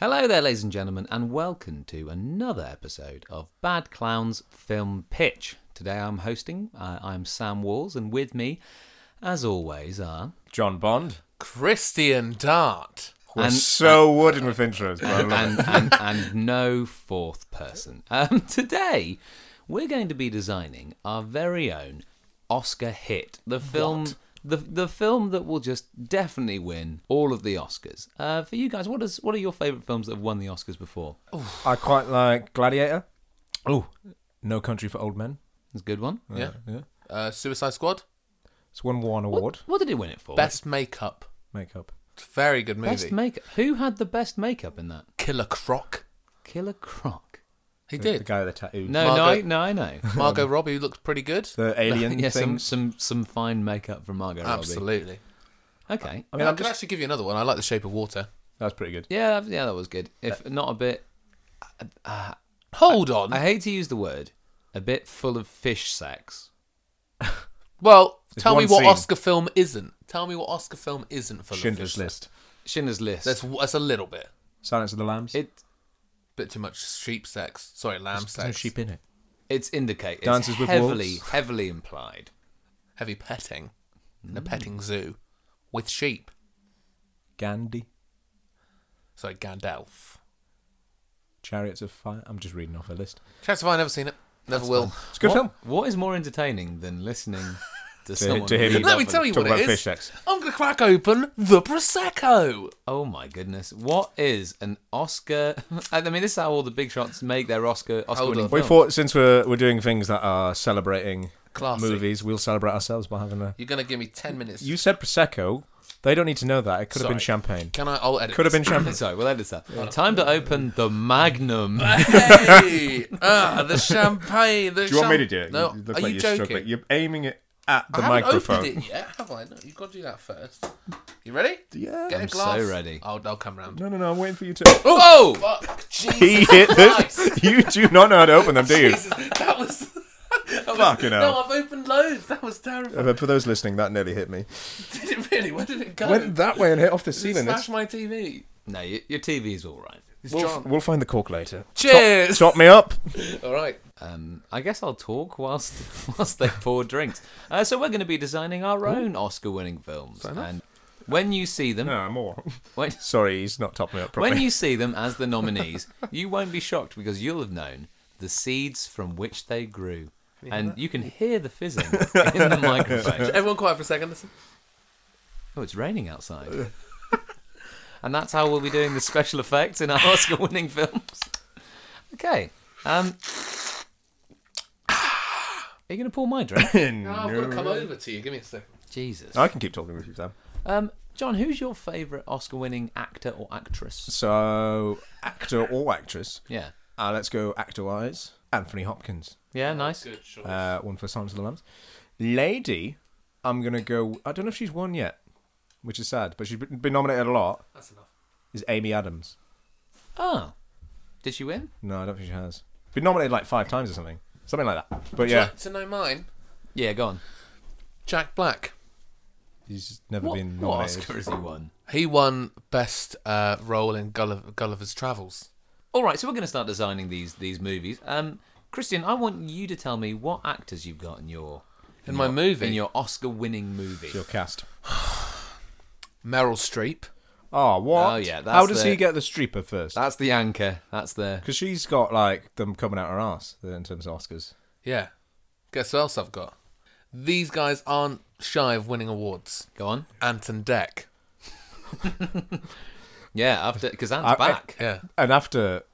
Hello there, ladies and gentlemen, and welcome to another episode of Bad Clowns Film Pitch. Today I'm hosting, uh, I'm Sam Walls, and with me, as always, are. John Bond. Christian Dart. We're And- so wooden with intros, bro. I love it. and, and, and no fourth person. Um, today, we're going to be designing our very own Oscar hit, the film, the the film that will just definitely win all of the Oscars. Uh, for you guys, what is what are your favourite films that have won the Oscars before? I quite like Gladiator. Oh, No Country for Old Men. It's a good one. Yeah. Uh, Suicide Squad. It's won one award. What did it win it for? Best makeup. Makeup. It's a very good movie. Best makeup. Who had the best makeup in that? Killer Croc. Killer Croc. He The, the did. guy with the tattoo. No, Margaret- no, I, no, I know. Margot Robbie looked pretty good. The alien yeah, thing. some, some some fine makeup from Margot Robbie. Absolutely. Okay. I I mean, mean, I I'm could just. actually give you another one. I like The Shape of Water. That's pretty good. Yeah, that- yeah, that was good. Uh, If not a bit Hold on. I hate to use the word, a bit full of fish sex. well, It's tell me one what scene. Oscar film isn't. Tell me what Oscar film isn't for Schindler's List. Schindler's List. That's that's a little bit, Silence of the Lambs. it bit too much sheep sex. Sorry, lamb There's no sex. sheep in it. it's indicate it's Dances with heavily Wolves. heavily implied. Heavy petting in a Mm. petting zoo with sheep. Gandhi. Sorry, Gandalf. Chariots of Fire. I'm just reading off a list. Chance if I never seen it, never will. It's a good What- film. What is more entertaining than listening to, someone to hear read people off Let me a- tell you Talk what about it is. fish sex. I'm gonna crack open the prosecco. Oh my goodness! What is an Oscar? I mean, this is how all the big shots make their Oscar Oscar winning on. We film. thought since we're we're doing things that are celebrating Classy. movies, we'll celebrate ourselves by having a. You're gonna give me ten minutes. You said prosecco. They don't need to know that. It could have been Sorry. champagne. Can I? I'll edit. Could have been champagne. Sorry, we'll edit that. Time to open the Magnum. Hey, ah, the champagne. The Do you want me to champ- do it? No, you look are like you are joking? struggling. You're aiming it at I the haven't microphone. opened it yet, have I? No, you've got to do that first. You ready? Yeah. Get a I'm so glass. ready. I'll, I'll come round. No, no, no. I'm waiting for you to. Oh, fuck! He Jesus hit Christ. this. You do not know how to open them, do you? Jesus, that was. that was- Fucking No, hell. I've opened loads. That was terrible. Uh, For those listening, that nearly hit me. Did it really? Where did it go? Went that way and hit off the Did it ceiling. smash It's, my TV. no, your, your TV's all right. It's we'll, John. we'll find the cork later. Cheers. Top me up. All right. Um, I guess I'll talk whilst whilst they pour drinks. Uh, so we're going to be designing our own Oscar-winning films, and when you see them, No, more. when, Sorry, he's not topping me up properly. when you see them as the nominees, you won't be shocked because you'll have known the seeds from which they grew, and you can hear the fizzing in the microphone. Everyone quiet for a second. Listen. Oh, it's raining outside. Uh. and that's how we'll be doing the special effects in our Oscar winning films. Okay. Um, are you going to pour my drink? No, Ah, I've got to come over to you. Give me a second. Jesus. I can keep talking with you, Sam. Um, John, who's your favourite Oscar winning actor or actress? So, actor or actress? Yeah. Uh, let's go actor wise. Anthony Hopkins. Yeah, nice. choice. Uh, one for Silence of the Lambs. Lady, I'm going to go. I don't know if she's won yet, which is sad, but she's been been nominated a lot. That's enough. Is Amy Adams. Oh. Did she win? No, I don't think she has. Been nominated like five times or something. Something like that. But Yeah. yeah, To know mine, Yeah, go on. Jack Black. he's never What, been what nominated. Oscar has he won? He won best uh, role in Gulliver, Gulliver's Travels. All right, so we're going to start designing these these movies. Um, Christian, I want you to tell me what actors you've got in your In my movie, in your Oscar winning movie. Your cast. Meryl Streep. Oh, what? Oh, yeah, that's How does the- he get the streeper first? That's the anchor. That's the. Because she's got like them coming out her ass in terms of Oscars. Yeah. Guess what else I've got? These guys aren't shy of winning awards. Go on. Anton Deck. Yeah, after because Ant's I- I- back. Yeah. And after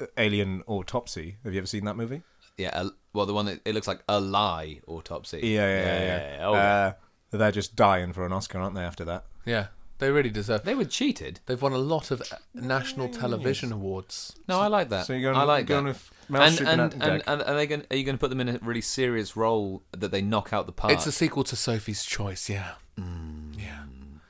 uh, Alien Autopsy, have you ever seen that movie? yeah, a, well, the one that it looks like a lie autopsy. Oh, Uh, they're just dying for an Oscar, aren't they? After that, Yeah. They really deserve. they were cheated. They've won a lot of uh, national television awards. No, I like that. so you're going- I like you're that. going with Meryl and, Streep and, and and, Anton and, Deck. are they going? Are you going to put them in a really serious role that they knock out the park? It's a sequel to Sophie's Choice. Yeah. Mm. Yeah.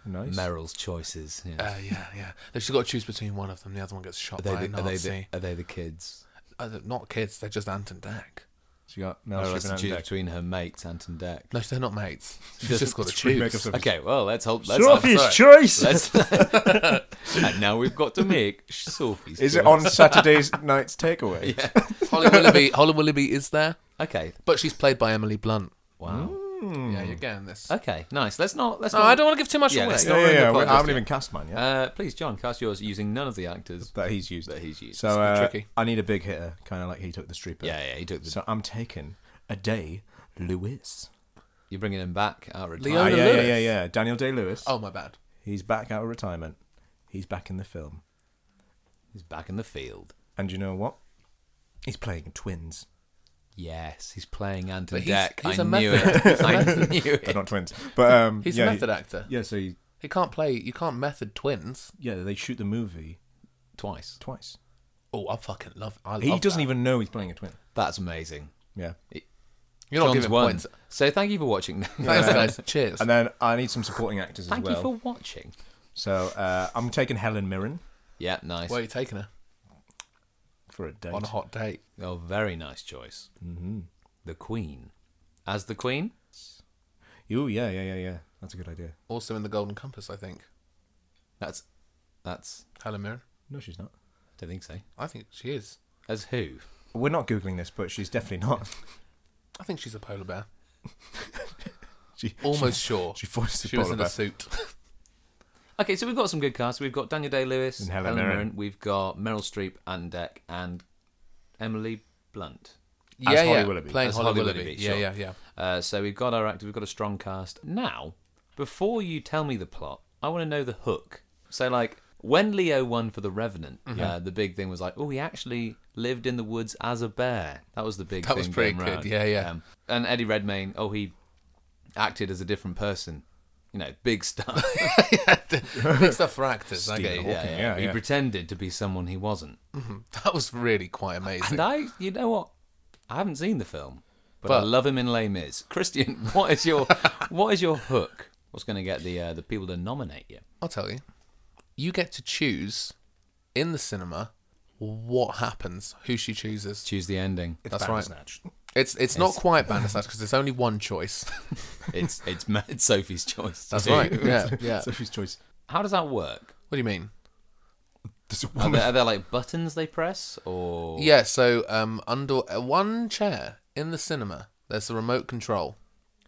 nice. Meryl's choices. Yeah. Uh, yeah, yeah. They've just got to choose between one of them. The other one gets shot are, by they a the, are, they Nazi. the, are they the kids? Uh, they're not kids. They're just Anton Deck. She got Mel Or else Streep to and choose Anton Deck. between her mates, Anton Deck. No, they're not mates. She's Just- just got a Should we make up choose. some- Okay, well, let's hold. Let's Sophie's choice. Let's, and now we've got to make Sophie's. Is it choice. on Saturday's night's takeaway? Holly Willoughby. Holly Willoughby is there, Okay. but she's played by Emily Blunt. Hmm? Wow. Yeah, you're getting this. Okay. Nice. Let's not. Let's No, not. Oh, I don't want to give too much Yeah, away. let's Yeah, not- yeah, in the yeah. podcast I haven't yet. even cast mine yet. Uh, please, John, cast yours using none of the actors that he's used. that he's used. So It's a bit uh, tricky. I need a big hitter, kind of like he took the Streeper. yeah, yeah, he took the. So I'm taking a day Lewis. You're bringing him back out of Leona retirement. Ah, yeah, Lewis. yeah, yeah, yeah. Daniel Day Lewis. Oh my bad. He's back out of retirement. He's back in the film. He's back in the field. And you know what? He's playing twins. Yes, he's playing Anton But he's- Deck. he's I a knew method. it. I knew They're it. not twins, but um, He's yeah, a method actor. He, yeah, so he, He can't play. You can't method twins. yeah, they shoot the movie Twice. twice. Oh, I fucking love. I love He doesn't that. even know he's playing a twin. That's amazing. Yeah. You're not John's giving won. points. So thank you for watching. Thanks, guys. Cheers. And then I need some supporting actors thank as well. you for watching. So uh, I'm taking Helen Mirren Yeah, nice. Where are you taking her for a date. on a hot date? Oh, very nice choice. Mm-hmm. The Queen. As the Queen? Ooh, yeah, yeah, yeah, yeah. That's a good idea. Also in the Golden Compass, I think. That's. That's. Helen Mirren. No, she's not. Don't think so. I think she is. As who? We're not googling this, but she's definitely not. I think she's a polar bear. She- Almost sure. She forced She the was polar in a bear. suit. Okay, so we've got some good casts. We've got Daniel Day Lewis And Helen Mirren. We've got Meryl Streep, Anne Deck, and Emily Blunt. yeah, Holly yeah. Willoughby. Playing As Holly, Holly Willoughby. Willoughby, Yeah, sure. yeah, yeah. Uh, so we've got our actor, we've got a strong cast. Now, before you tell me the plot, I want to know the hook. So, like, when Leo won for The Revenant, Mm-hmm. uh, the big thing was like, oh, he actually lived in the woods as a bear. That was the big That thing. was pretty going good, round. yeah, yeah. Um, and Eddie Redmayne, oh, he acted as a different person. You know, big star. Big stuff for actors. I Stephen get you. yeah, yeah. yeah, He yeah. pretended to be someone he wasn't. That was really quite amazing. And I, you know what? I haven't seen the film, but, I But- love him in Les Mis. Christian, what is your what is your hook? What's going to get the uh, the people to nominate you? I'll tell you. You get to choose in the cinema what happens, who she chooses. Choose the ending. That's right. Bandersnatch. It's it's not quite Bandersnatch because there's only one choice. It's it's, Ma- it's Sophie's choice. That's too. right. Yeah, yeah. What Sophie's choice. How does that work? do you mean? There's a Are woman. there, are there like buttons they press or Yeah. So um, under uh, one chair in the cinema, there's a remote control,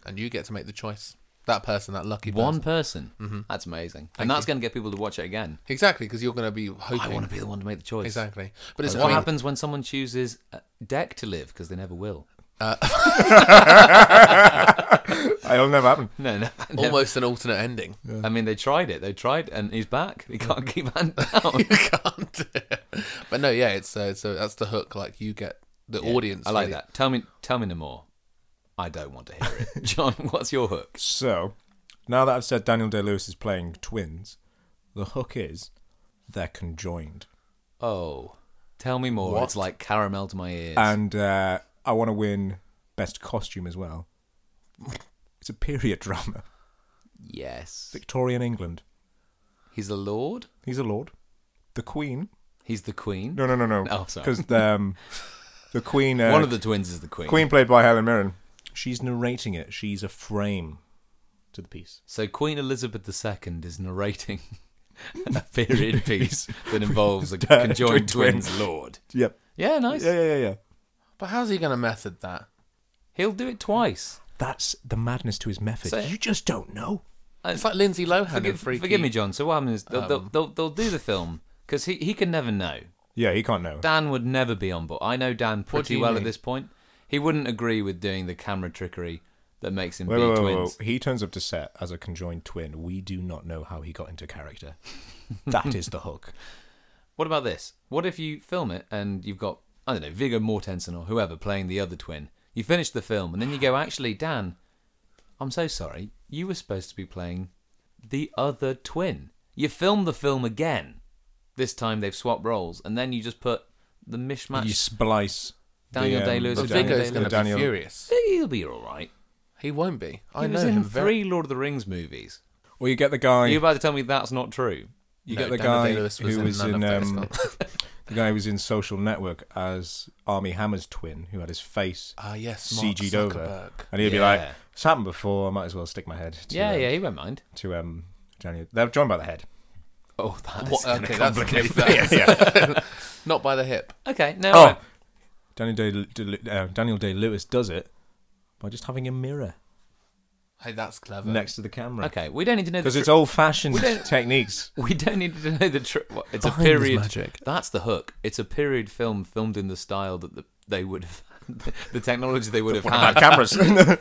and you get to make the choice. That person, that lucky one person. person? That's amazing, and that's going to get people to watch it again. Exactly, because you're going to be hoping. I want to be the one to make the choice. Exactly. But it's What happens when someone chooses uh, Deck to live because they never will? It'll never happen. No, no. Almost an alternate ending. I mean, they tried it. They tried, and he's back. They can't keep hand down. can't do it. But no, yeah, it's uh, so that's the hook. Like you get the audience. I like really- that. Tell me, tell me no more. I don't want to hear it, John. What's your hook? So, now that I've said Daniel Day Lewis is playing twins, the hook is they're conjoined. Oh, tell me more. What? It's like caramel to my ears. And uh, I want to win best costume as well. It's a period drama. yes, Victorian England. he's a lord. He's a lord. The Queen. He's the queen. No, no, no, no. Oh, sorry. Because um, the Queen. Uh, One of the twins is the queen. Queen played by Helen Mirren. She's narrating it. She's a frame to the piece. So Queen Elizabeth II is narrating a period piece that involves a conjoined twins lord. Yep. Yeah, nice. Yeah, yeah, yeah, yeah. But how's he going to method that? He'll do it twice. That's the madness to his method. So- you just don't know. It's like Lindsay Lohan in Forgive, Freaky. Uh, forgive me, John. So what happens? is They'll, they'll, they'll, they'll do the film because he, he can never know. Yeah, he can't know. Dan would never be on board. I know Dan pretty you well mean? at this point. He wouldn't agree with doing the camera trickery that makes him Wait, be wait, wait, wait, twins. wait. He turns up to set as a conjoined twin. We do not know how he got into character. that is the hook. What about this? What if you film it and you've got I don't know Viggo Mortensen or whoever playing the other twin? You finish the film and then you go, actually, Dan, I'm so sorry. You were supposed to be playing the other twin. You film the film again. This time they've swapped roles, and then you just put the You mishmash. splice. Daniel Day-Lewis But and the Daniel- Viggo's the going to be Daniel- furious. He'll be all right. He won't be. I he know was him in very. three Lord of the Rings movies. Or you get the guy. Are you about to tell me that's not true? You No, get the Daniel guy Day-Lewis was who in was none in. of those Um, The guy who was in Social Network as Army Hammer's twin, who had his face Ah, yes, Mark CG'd over, Zuckerberg. and he'd be Yeah. like, "It's happened before. I might as well stick my head." To, Yeah, um, yeah, he won't mind. To um, Johnny, they're joined by the head. Oh, that What- is okay, yeah, that's yeah. Not by the hip. okay. Now, oh, Daniel Day, Day- uh, Daniel Day Lewis does it by just having a mirror Hey, that's clever. next to the camera okay, we don't need to know the because tr- it's old-fashioned We don't- techniques. We don't need to know the tr- what, It's Behind a is period. magic. That's the hook. It's a period film filmed in the style that the, they would have, the technology they would have Bad had. cameras.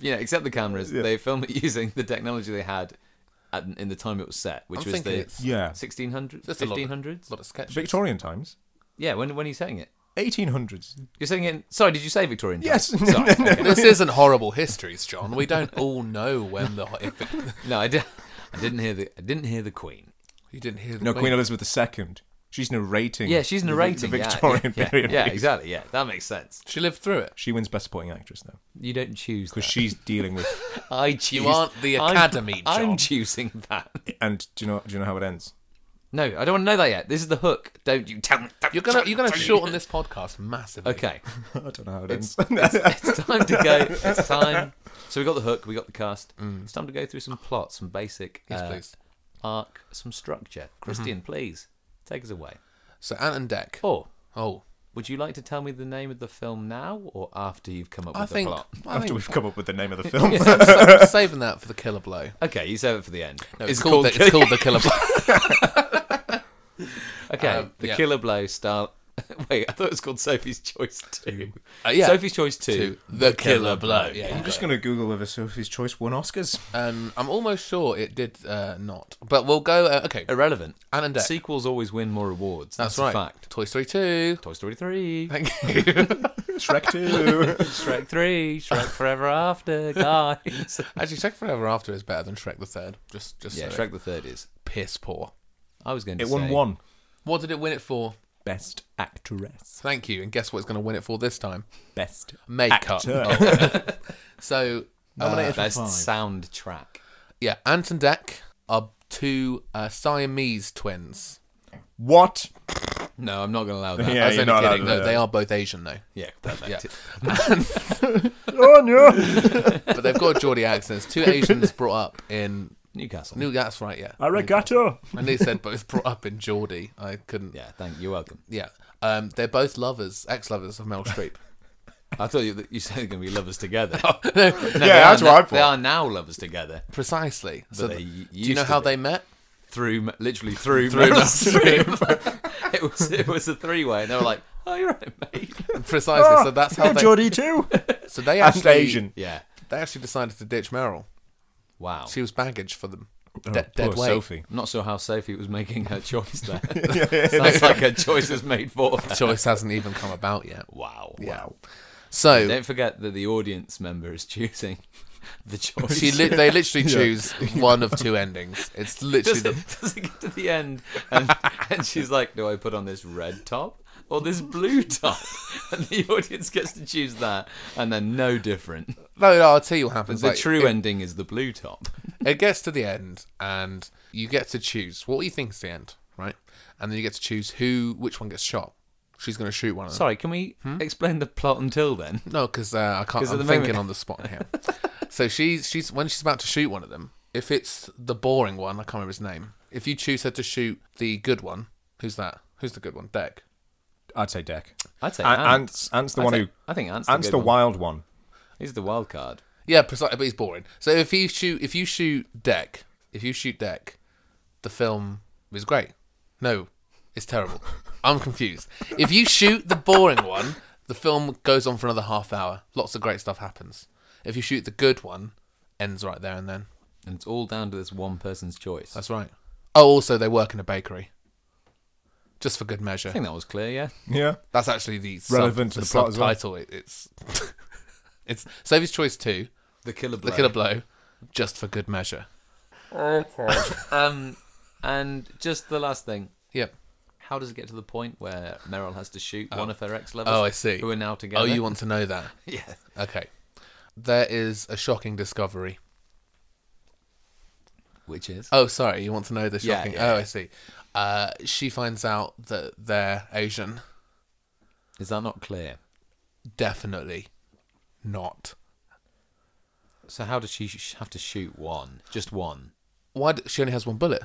Yeah, except the cameras. They film it using the technology they had at, in the time it was set, which was I'm thinking the it's Yeah, 1600s, That's a lot of- 1500s. a lot of sketches. Victorian times, Yeah, when when are you setting it? 1800s. You're setting it. Sorry, did you say Victorian? times? Yes. Sorry. okay. This isn't horrible histories, John. We don't all know when the. If it, No, I, did, I didn't hear the I didn't hear the Queen. you didn't hear the No, Queen, Elizabeth II. She's narrating. Yeah, she's the- narrating. the yeah, Victorian yeah, yeah, period. Yeah, piece. exactly. Yeah, that makes sense. She lived through it. She wins Best Supporting Actress though, You don't choose because that. she's dealing with. I choose. aren't the I'm- Academy, I'm John. choosing that. And do you know? Do you know how it ends? No, I don't want to know that yet. This is the hook. Don't you tell me. don't You're gonna you you're gonna tell me. shorten this podcast massively. Okay, I don't know how it ends. it's time to go. It's time. So we got the hook. We got the cast. It's time to go through some plots, some basic Mm. Yes, uh, please. Mm-hmm. arc, some structure. Christian, please take us away. So Ant and Deck. Or Oh, would you like to tell me the name of the film now, or after you've come up with I the think plot? I After think we've come up with the name of the film, I'm saving that for the killer blow. Okay, you save it for the end. No, it's, called, the, it's called the killer blow. okay, um, the yeah. Killer Blow style. Wait, I thought it was called Sophie's Choice Two. Uh, yeah. Sophie's Choice Two. To the killer blow. Yeah. Yeah, you I'm just got it. going to Google whether Sophie's Choice won Oscars. Um, I'm almost sure it did uh, not, but we'll go. Uh, okay, Irrelevant. Ant and Deck. Sequels always win more awards. That's, That's, right. A fact. Toy Story Two. Toy Story 3, Thank you. Shrek 2. Shrek 3, Shrek Forever After, guys. Actually, Shrek Forever After is better than Shrek the Third. Just, just yeah, so. Shrek the Third is. piss poor. I was going to it say. won one. What did it win it for? Best Actress. Thank you. And guess what it's going to win it for this time? Best. Makeup. Actor. Oh. so, Uh, Nominated for best five. soundtrack. yeah, Ant and Dec are two uh, Siamese twins. What? No, I'm not going to allow that. Yeah, I was you're only not allowed kidding. to No, do they that. are both Asian, though. Yeah, perfect. Yeah. Oh, no. But they've got a Geordie accent. It's Two Asians brought up in. Newcastle. New, that's right, yeah. Arigato. And they said both brought up in Geordie. I couldn't. Yeah. yeah, thank you. are welcome. Um, they're both lovers, ex lovers of Mel Streep. I thought you, you said they're going to be lovers together. They No, that's are what now- I thought. They are now lovers together. Precisely. so, they th- used do you know to how be. they met? Through, m- literally through through Meryl Streep. it, was, it was a three way, and they were like, oh, you're right, mate. Precisely. so that's how they. Ah, Geordie too. So they And actually Asian. Yeah. They actually decided to ditch Meryl. Wow. She was baggage for them. Oh, De- dead poor weight. Sophie. I'm not sure how Sophie was making her choice there. Sounds like her choice was made for her. Choice hasn't even come about yet. Wow. Wow. So Don't forget that the audience member is choosing the choice. she li- they literally choose one of two endings. It's literally does, it, the, does it get to the end and, and she's like, do I put on this red top or this blue top? And the audience gets to choose that and they're no different. no, no. I'll tell you what happens. The like, true it, ending is the blue top. it gets to the end, and you get to choose what you think is the end, right? And then you get to choose who, which one gets shot. She's going to shoot one of them. Sorry, can we explain the plot until then? No, because uh, I can't. 'Cause at the I'm thinking moment- on the spot here. so she's she's when she's about to shoot one of them. If it's the boring one, I can't remember his name. If you choose her to shoot the good one, who's that? Who's the good one? Deck. I'd say Deck. I'd say A- Ant. Ant's, Ant's the I'd one say- who. I think Ant's the, Ant's good the one. wild one. He's the wild card. Yeah, precisely. But he's boring. So if you shoot if you shoot Deck, if you shoot Deck, the film is great. No, it's terrible. I'm confused. If you shoot the boring one, the film goes on for another half hour. Lots of great stuff happens. If you shoot the good one, ends right there and then. And it's all down to this one person's choice. I That's right. Oh, also they work in a bakery. Just for good measure. think that was clear, yeah? Yeah. That's actually the sub- Relevant to the plot as well. subtitle. It- It's it's Sophie's Choice Two, The killer The blow. Killer Blow, just for good measure. Um, and just the last thing. Yep. How does it get to the point where Meryl has to shoot one of her ex-lovers? Oh, I see. Who are now together? Oh, you want to know that? Yeah. Okay. There is a shocking discovery. Which is? Oh, sorry, you want to know the Yeah, shocking? yeah, oh, yeah. I see. Uh, she finds out that they're Asian. Is that not clear? Definitely not. So how does she sh- have to shoot one? Just one. Why? d she only has one bullet.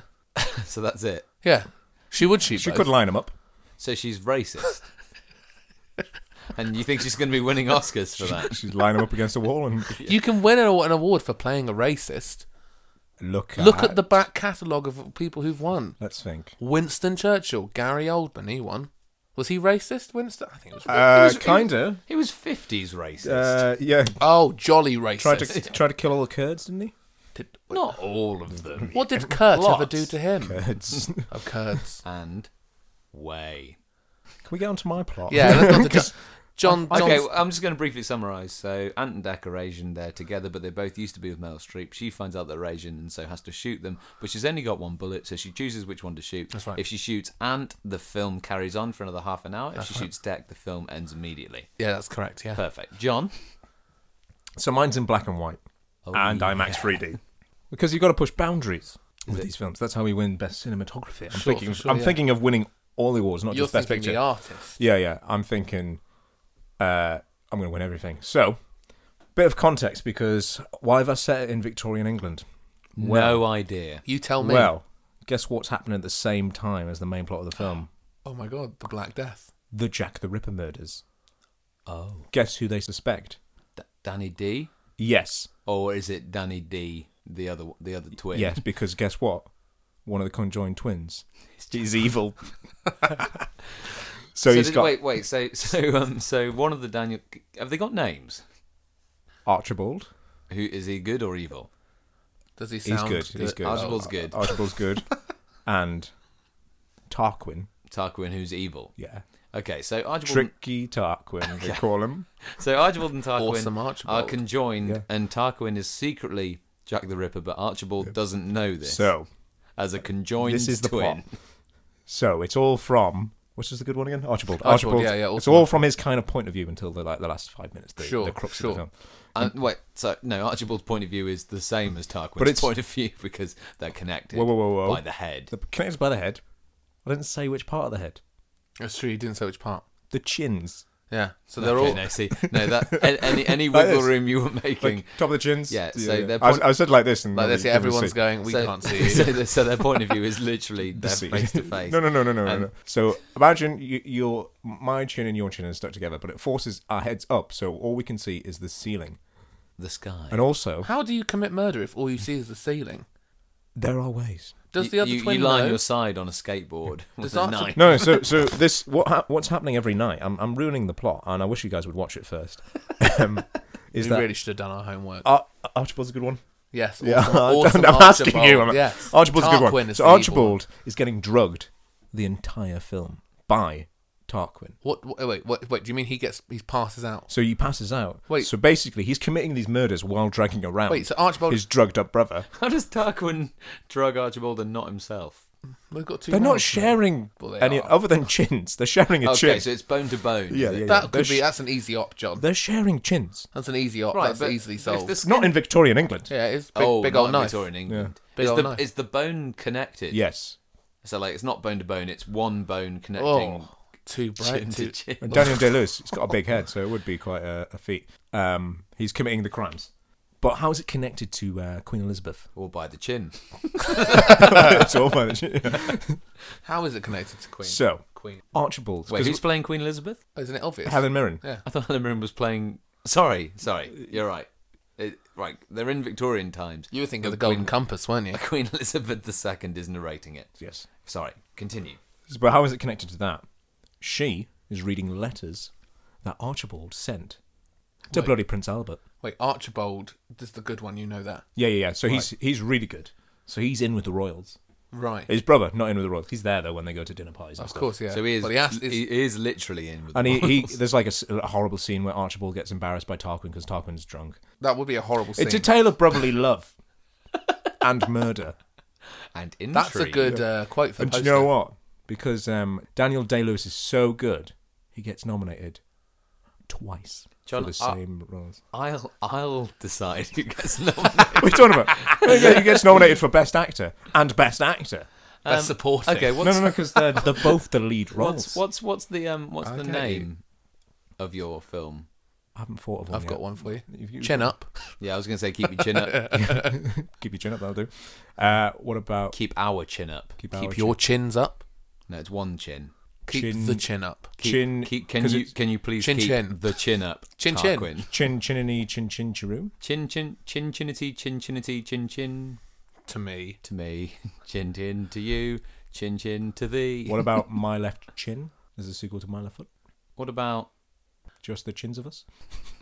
So that's it. Yeah, she would shoot. She both. could line them up. So she's racist. and you think she's going to be winning Oscars for that? She'd line them up against a wall and You can win an an award for playing a racist. look. Look at the back catalogue of people who've won. Let's think. Winston Churchill, Gary Oldman, he won. Was he racist, Winston? I think it was. Uh, kinda. He was 50s racist. Uh, yeah. oh, jolly racist. Tried to tried to kill all the Kurds, didn't he? Did- Not all of them. what did Kurt Lots. ever do to him? Kurds. Can Oh, Kurts. And way. we get onto my plot? Yeah, let's go on to Jo- John. John. Okay, well, I'm just going to briefly summarise. So, Ant and Dec are Asian. They're together, but they both used to be with Meryl Streep. She finds out they're Asian and so has to shoot them, but she's only got one bullet, so she chooses which one to shoot. That's right. If she shoots Ant, the film carries on for another half an hour. If she shoots Dec, the film ends immediately. yeah, that's correct. Yeah. Perfect. John? So mine's in black and white, Oh, and IMAX 3D. Because you've got to push boundaries with these films. That's how we win best cinematography. I'm Sure, thinking. for sure, I'm yeah. thinking of winning all the awards, not You're just best thinking picture. the artist. Yeah, yeah. I'm thinking uh, I'm going to win everything. So, bit of context because why have I set it in Victorian England? no idea. You tell me. Well, guess what's happening at the same time as the main plot of the film? oh my God, the Black Death. The Jack the Ripper murders. Oh. Guess who they suspect? D- Danny D? Yes, Or is it Danny D, the other the other twin? yes. Because guess what? One of the conjoined twins. He's evil. so, So, he's did- got wait, wait. So, so, um, so one of the Daniel. Have they got names? Archibald. Who is he? Good or evil? Does he He's sound? good. He's good. Archibald's good. Archibald's good. and Tarquin. Tarquin, who's evil? Yeah. Okay, so Archibald. Tricky Tarquin, they call him. So Archibald and Tarquin Awesome Archibald. are conjoined, Yeah. and Tarquin is secretly Jack the Ripper, but Archibald doesn't know this So, as a conjoined this is the twin. plot. So, it's all from. Which is the good one again? Archibald. Archibald, yeah, yeah, it's also all from his kind of point of view until the like the last five minutes. The, Sure, the crux sure. of the film. And wait, so no, Archibald's point of view is the same as Tarquin's But it's- point of view because they're connected Whoa, whoa, whoa, whoa. by the head. The connected by the head. I didn't say which part of the head. That's true. You didn't say which part. The chins. Yeah. So they're okay, all. no, see, no, that a- any any wiggle this. room you were making. Like, top of the chins. Yeah, so their I, was- point- I said like this, and Like nobody- this, yeah, nobody everyone's see. going. We so, can't see you. so, the- so their point of view is literally they're See. face to face. No, no, no, no, no, no, And- no. So imagine you, your my chin and your chin are stuck together, but it forces our heads up, so all we can see is the ceiling. The sky. And also, How do you commit murder if all you see is the ceiling? there are ways. Does You- the other you, twin you lie know? on your side on a skateboard with Does a Archibald- knife? No, so so this what ha- what's happening every night. I'm I'm ruining the plot, and I wish you guys would watch it first. um, is we that really should have done our homework. Ar- Archibald's a good one? yes. Yeah, Awesome, I'm awesome asking Archibald. you. I'm- yes. Archibald's a good Tarquin one. is So the evil one. Archibald is getting drugged the entire film by Tarquin. What, what? Wait. What? Wait. Do you mean he gets? He passes out. So he passes out. Wait. So basically, he's committing these murders while dragging around Wait, so Archibald- his drugged up brother. How does Tarquin drug Archibald and not himself? We've got two. They're not mouths, mate. sharing Well, they any are. other than chins. They're sharing a Okay, chin. so it's bone to bone. is Yeah, it? yeah, That They're could be. sh- That's an easy op, John. They're sharing chins. That's an easy op. Right, that's but easily if solved. the skin- Not in Victorian England. yeah, it's big, oh, big not old in knife. Victorian England. Big is, old the, knife. is the bone connected? Yes. So like, it's not bone to bone. It's one bone connecting Oh, too chin bright. to Too, chin. And Daniel Day Lewis, he's got a big head, so it would be quite a, a feat. Um, he's committing the crimes. But how is it connected to uh, Queen Elizabeth? or by the chin. It's all by the chin. how is it connected to Queen? So, Queen. Archibald. Wait, 'cause who's playing Queen Elizabeth? Isn't it obvious? Helen Mirren. Yeah. I thought Helen Mirren was playing. Sorry, sorry, you're right. It, right, they're in Victorian times. You were thinking of the But Golden Compass, weren't you? Queen, Queen Elizabeth II is narrating it. Yes. Sorry, continue. But how is it connected to that? She is reading letters that Archibald sent to bloody Prince Albert. Wait, Archibald is the good one. You know that, Yeah, yeah, yeah. So he's he's really good. So he's in with the royals. right? His brother, not in with the royals. He's there though when they go to dinner parties. And of stuff. course, yeah. So he is. But he has, is- he is literally in. With the And he, he Royals. there's like a, s- a horrible scene where Archibald gets embarrassed by Tarquin because Tarquin's drunk. that would be a horrible scene. It's a tale of brotherly love and murder. and That's a intrigue. good uh, quote for And the do you poster. know what? Because um, Daniel Day Lewis is so good, he gets nominated twice John, for the I- same roles. I'll I'll decide who gets nominated. What are you talking about? he gets nominated for Best Actor and Best Actor. Best Um, supporting. Okay, no, what's no, no, because they're, they're both the lead roles. what's what's what's the um what's the Okay. name of your film? I haven't thought of one. I've yet. got one for you. If you- Chin up. Yeah, I was gonna say keep your chin up. Keep your chin up, that'll do. Uh, what about keep our chin up. keep, our Keep your chins up. No, it's one chin. Keep Chin- the chin up. Keep, Chin- Keep, can 'cause you it's- can you please Chin keep chin. the chin up? Chin chin. Tarquin? chin chininy chin chin chiru? Chin chin chin chinity chin chinity chin chin To me. to me, chin chin to you, chin chin to thee. What about my left chin? Is a sequel to my left foot? What about Just the chins of us.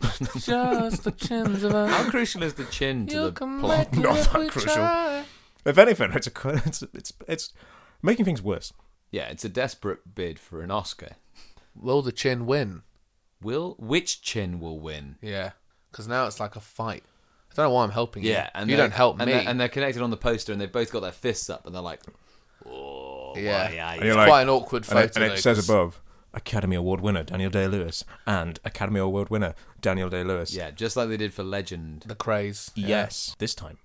Just the chins of a. how crucial is the chin to the plot? back Not if that we crucial. try. If anything, it's a, it's it's it's making things worse. Yeah, it's a desperate bid for an Oscar. Will the chin win? Will which chin will win? Yeah. Because now it's like a fight. I don't know why I'm helping you. Yeah, and you they're- don't help and me. They're, and they're connected on the poster, and they've both got their fists up, and they're like, "Oh, Yeah. why, I- And you're It's quite an awkward and it- photo, And it, though, says 'cause- above Academy Award winner Daniel Day Lewis and Academy Award winner Daniel Day Lewis. yeah." Just like they did for Legend. the craze. Yes. This time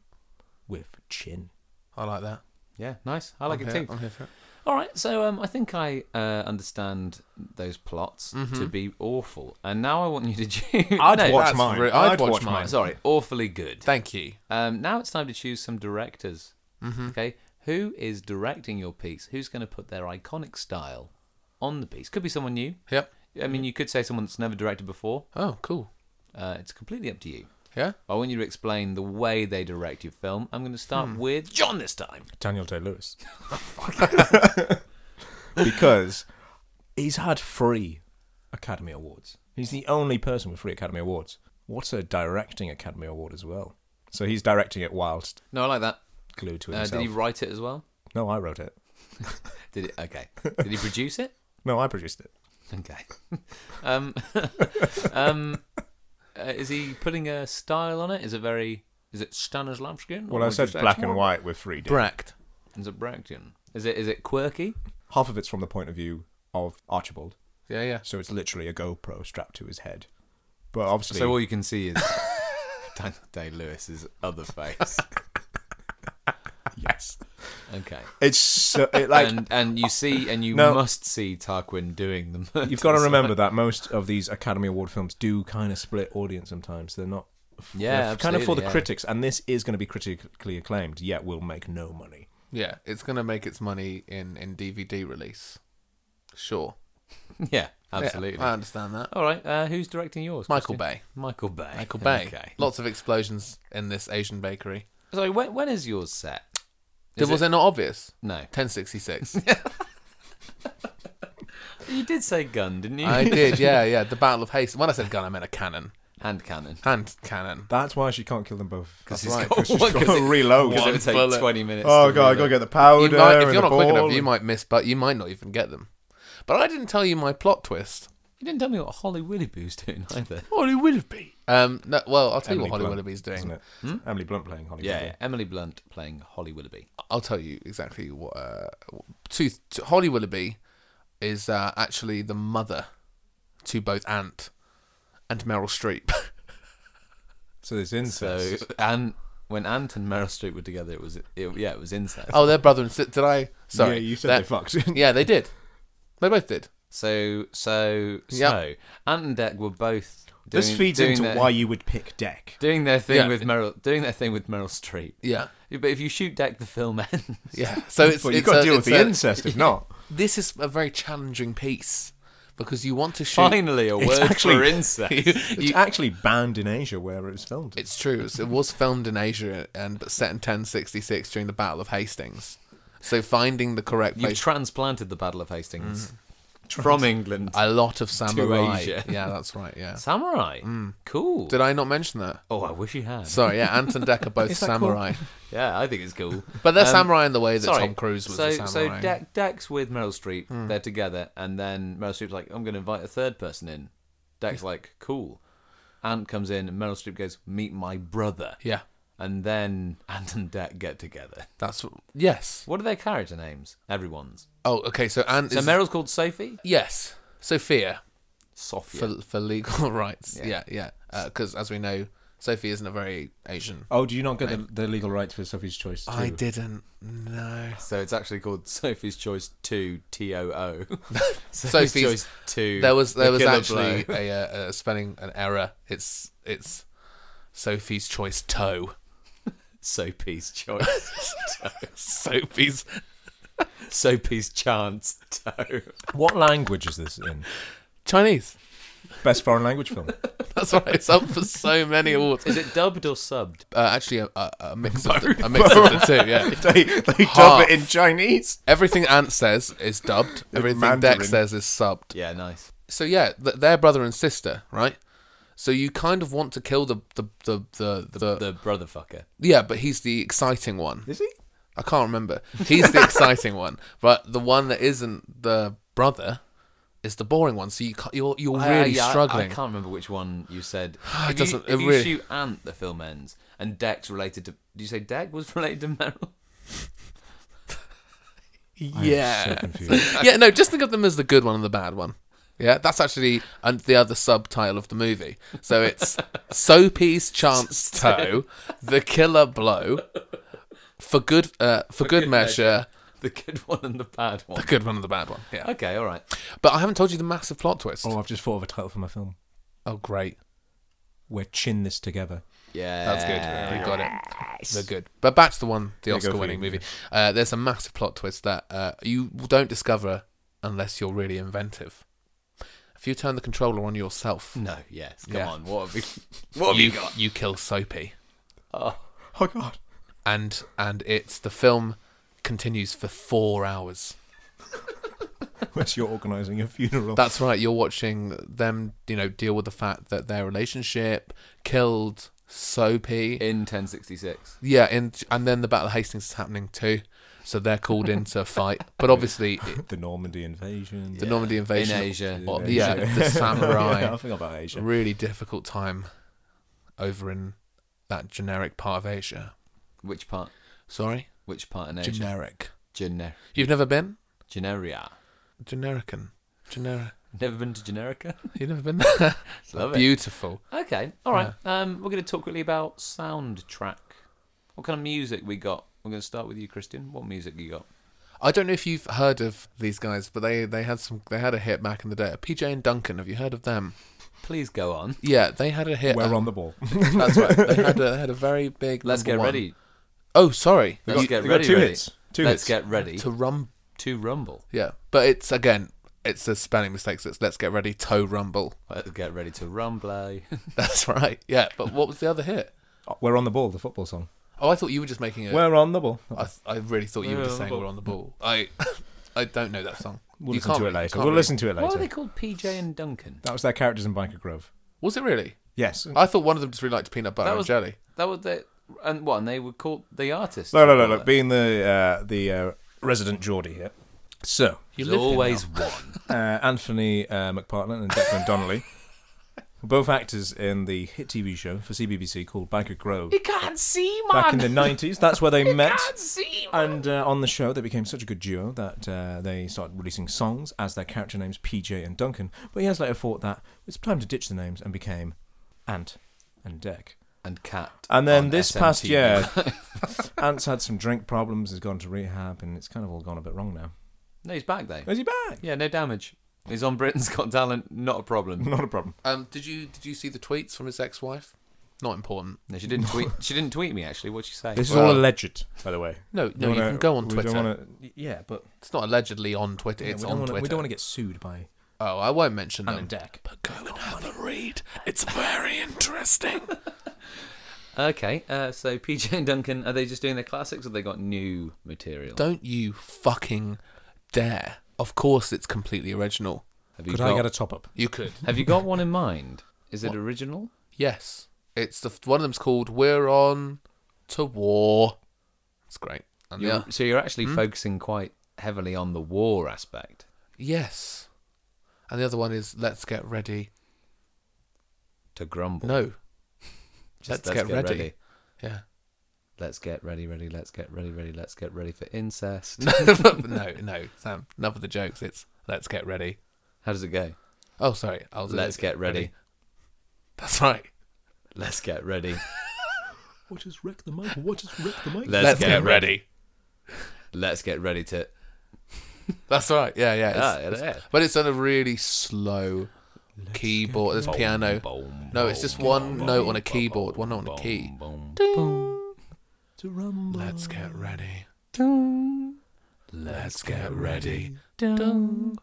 with chin. I like that. Yeah, nice. I like I'm it here- too. I'm here for it. All right, so um, I think I uh, understand those plots Mm-hmm. to be awful, and now I want you to choose. I'd no, watch that's mine. re- I'd, I'd watch, watch mine. mine. Sorry, awfully good. Thank you. Um, now it's time to choose some directors. Mm-hmm. Okay, who is directing your piece? Who's going to put their iconic style on the piece? Could be someone new. Yep. I Mm-hmm. mean, you could say someone that's never directed before. Oh, cool. Uh, it's completely up to you. Yeah. I want you to explain the way they direct your film. I'm going to start Hmm. with John this time. Daniel Day Lewis. because he's had three Academy Awards. He's the only person with three Academy Awards. What's a directing Academy Award as well? So he's directing it whilst No, I like that. glued to Uh, himself. did he write it as well? No, I wrote it. Did it? Okay. Did he produce it? No, I produced it. Okay. um, um, uh, is he putting a style on it? Is it very? Is it Stanislavskian? Well, I said black and white with 3D. Bracked. Is it Brechtian? Is it? Is it quirky? Half of it's from the point of view of Archibald, Yeah, yeah. so it's literally a GoPro strapped to his head. But obviously, So all you can see is Daniel Day Lewis's other face. yes, Okay. it's so, it, like and and you see and you No. must see Tarquin doing them. You've got to remember that most of these Academy Award films do kind of split audience sometimes. They're not. Yeah, they're kind of for absolutely, the yeah. critics, and this is going to be critically acclaimed, yet will make no money. Yeah. It's going to make its money in, in DVD release. Sure. yeah, Yeah, absolutely. I understand that. All right, uh, who's directing yours? Michael Christian? Bay. Michael Bay. Michael Bay. Okay. Lots of explosions in this Asian bakery. So when when is yours set? Is was it- it not obvious? No, 1066. you did say gun, didn't you? I did, yeah, yeah. The Battle of Hastings. When I said gun, I meant a cannon. Hand cannon. Hand cannon. That's why she can't kill them both. Because right. Just gotta Oh, reload. Because it would One take bullet. twenty minutes. Oh to god, I reload. gotta get the powder. You might, if and you're the not quick ball enough, you and- might miss, but you might not even get them. But I didn't tell you my plot twist. You didn't tell me what Holly Willoughby's doing either. Holly Willoughby. Um, no, well, I'll tell you Emily what Holly Blunt, Willoughby's doing. isn't it? Emily Blunt playing Holly. Yeah, Willoughby. Emily Blunt playing Holly Willoughby. I'll tell you exactly what. Uh, to, to Holly Willoughby is uh, actually the mother to both Ant and Meryl Streep. So there's So incest. and when Ant and Meryl Streep were together, it was it, yeah, it was incest. oh, they're brother and sister. Did I? Sorry. Yeah, you said They're- they fucked. Yeah, they did. They both did. So so so Ant and Deck were both. Doing, this feeds doing into their, why you would pick Deck. doing their thing Yeah. with Meryl doing their thing with Meryl Streep. Yeah. But if you shoot Deck, the film ends. Yeah. So it's But it's you've got a- to deal with it's the a- incest, if not. This is a very challenging piece because you want to shoot. Finally, a It's word actually- for incest. It's actually banned in Asia where it was filmed. It's true. It's- It was filmed in Asia and but set in 1066 during the Battle of Hastings. So finding the correct You've place. transplanted the Battle of Hastings from England. a lot of samurai. Asia. Yeah, that's right. Yeah. Samurai. Cool. Did I not mention that? oh, I wish you had. Sorry, yeah, Ant and Deck are both Is that cool? samurai. yeah, I think it's cool. But they're Um, samurai in the way that Sorry. Tom Cruise was so, a samurai. So Deck, Deck's with Meryl Streep. They're together, and then Meryl Streep's like, "I'm going to invite a third person in." Deck's like, "Cool." Ant comes in, and Meryl Streep goes, "Meet my brother." Yeah. And then Ant and Deck get together. That's yes. What are their character names? Everyone's. Oh, okay. So Ant So is Meryl's called Sophie. yes. Sophia Sophia. for for legal rights. Yeah. Yeah, yeah. Because as we know, Sophie isn't a very Asian. Oh, do you not get the, the legal rights for Sophie's Choice? Too? I didn't know. So it's actually called Sophie's Choice 2 T O O. Sophie's- Choice 2. There was there The was Killer actually Blow. a, uh, a spelling an error. It's it's Sophie's choice toe. Soapy's Choice. Sophie's Soapy's Chance Toe. What language is this in? Chinese. Best foreign language film. That's why it's up for so many awards. Is it dubbed or subbed? Uh, actually, a, a, a mix of the, a mix of the two. Yeah. They, they dub Half. it in Chinese. Everything Ant says is dubbed. Everything Deck Mandarin. says is subbed. Yeah, nice. So yeah, th- they're brother and sister, right? So you kind of want to kill the the the the, the, The brother fucker. yeah, but he's the exciting one. Is he? I can't remember. He's the exciting one, but the one that isn't the brother is the boring one. So you ca you're you're I- I- really yeah, I- struggling. I can't remember which one you said. It If doesn't- You, if it you really- shoot Ant, the film ends, and Deck's related to. Did you say Deck was related to Meryl? So yeah, confused. yeah. No, just think of them as the good one and the bad one. Yeah, that's actually and the other subtitle of the movie. So it's Soapy's Chance Toe, The Killer Blow, for good uh, for, good, good measure, The good one and the bad one. the good one and the bad one. Yeah, Okay, all right. but I haven't told you the massive plot twist. oh, I've just thought of a title for my film. oh great. We're chin this together. Uh, Yeah, That's good. We got it. They're good. But back to the one, the go for Oscar-winning you. movie. Uh, there's a massive plot twist that uh, you don't discover unless you're really inventive. If you turn the controller on yourself, No, yes. Come Yeah. on. What have we? What have you, you got? you kill Soapy, Oh God. and and it's the film continues for four hours. Unless you're organising a funeral. That's right. You're watching them, you know, deal with the fact that their relationship killed Soapy. In 1066. Yeah, and and then the Battle of Hastings is happening too, so they're called into a fight. But obviously, the Normandy invasion. the Normandy invasion. In Asia. Well, Asia. yeah, the samurai. yeah, I think about Asia. Really difficult time over in that generic part of Asia. Which part? Sorry? Which part in Asia? Generic. Gener- You've never been? Generia. Generican. Generic. Never been to Generica? You've never been there? Love it. Beautiful. Okay, all right. Um, we're going to talk quickly about soundtrack. What kind of music we got? We're going to start with you, Christian. What music you got? I don't know if you've heard of these guys, but they, they had some they had a hit back in the day. PJ and Duncan, have you heard of them? Please go on. Yeah, they had a hit. Uh, We're on the ball. That's right. They had a, they had a very big. Let's number get one. ready. Oh, sorry. Let's get they got ready. two ready. hits. Two Let's hits. get ready To to, rum rumble. Yeah, but it's again, it's a spelling mistake. So it's let's get ready, toe rumble. Let's get ready to rumble. That's right. Yeah, but what was the other hit? We're on the ball. The football song. Oh, I thought you were just making it. We're on the ball. I, I really thought you were just We're on saying the we're on the ball. I, I don't know that song. We'll You listen can't- to you it later. can't We'll really- listen to it Why are later. they called PJ and Duncan? That was their characters in Biker Grove. Was it really? Yes. I thought one of them just really liked peanut butter was- and jelly. That was the and what? And they were called the artists. No, no, no, were look. they? Being the uh, the uh, resident Geordie here. So, You There's always one. uh, Anthony uh, McPartland and Declan Donnelly, were both actors in the hit TV show for CBBC called Biker Grove. You can't see, Back man. in the 90s, that's where they met. can't see. Man. And uh, on the show, they became such a good duo that uh, they started releasing songs as their character names PJ and Duncan. But years later, thought that it's time to ditch the names and became Ant and Deck. And cat. And then on this past SMTV. year, Ant's had some drink problems, has gone to rehab, and it's kind of all gone a bit wrong now. no, he's back though. Is he back? Yeah, no damage. He's on Britain's Got Talent. Not a problem. Not a problem. Um, did you did you see the tweets from his ex-wife? Not important. No, she didn't tweet. she didn't tweet me actually. What'd she say? This is Well- all alleged, by the way. No, We no, you wanna- can go on we Twitter. Don't wanna, yeah, but It's not allegedly on Twitter. yeah, it's we on don't wanna, Twitter. We don't want to get sued by Oh, I won't mention Ant them. and Deck. But go and have a read. It's very interesting. Okay, uh, so PJ and Duncan, are they just doing their classics or they got new material? Don't you fucking dare. Of course, it's completely original. have you Could got I get a top up? You could. Have you got one in mind? Is it original? Yes. It's the one of them's called "We're On to War." It's great. And You're- yeah. So you're actually focusing quite heavily on the war aspect. Yes. And the other one is "Let's Get Ready." To grumble. No. Just let's get ready. Yeah. Let's get ready, ready. Let's get ready, ready. Let's get ready for incest. no, no, Sam. Enough of the jokes. It's "Let's Get Ready." How does it go? Oh, sorry. I'll do Let's it. get ready. That's right. Let's get ready. What has wrecked the mic? What has wrecked the mic? Let's, Let's get ready. Let's get ready to. That's right. Yeah, yeah. it's- Ah, Yeah, it's- yeah. But it's on a really slow keyboard. There's piano. Boom, No, it's just one note on a keyboard, one note on a key. boom, To rumble. Let's get ready. boom. Let's get ready. Dun,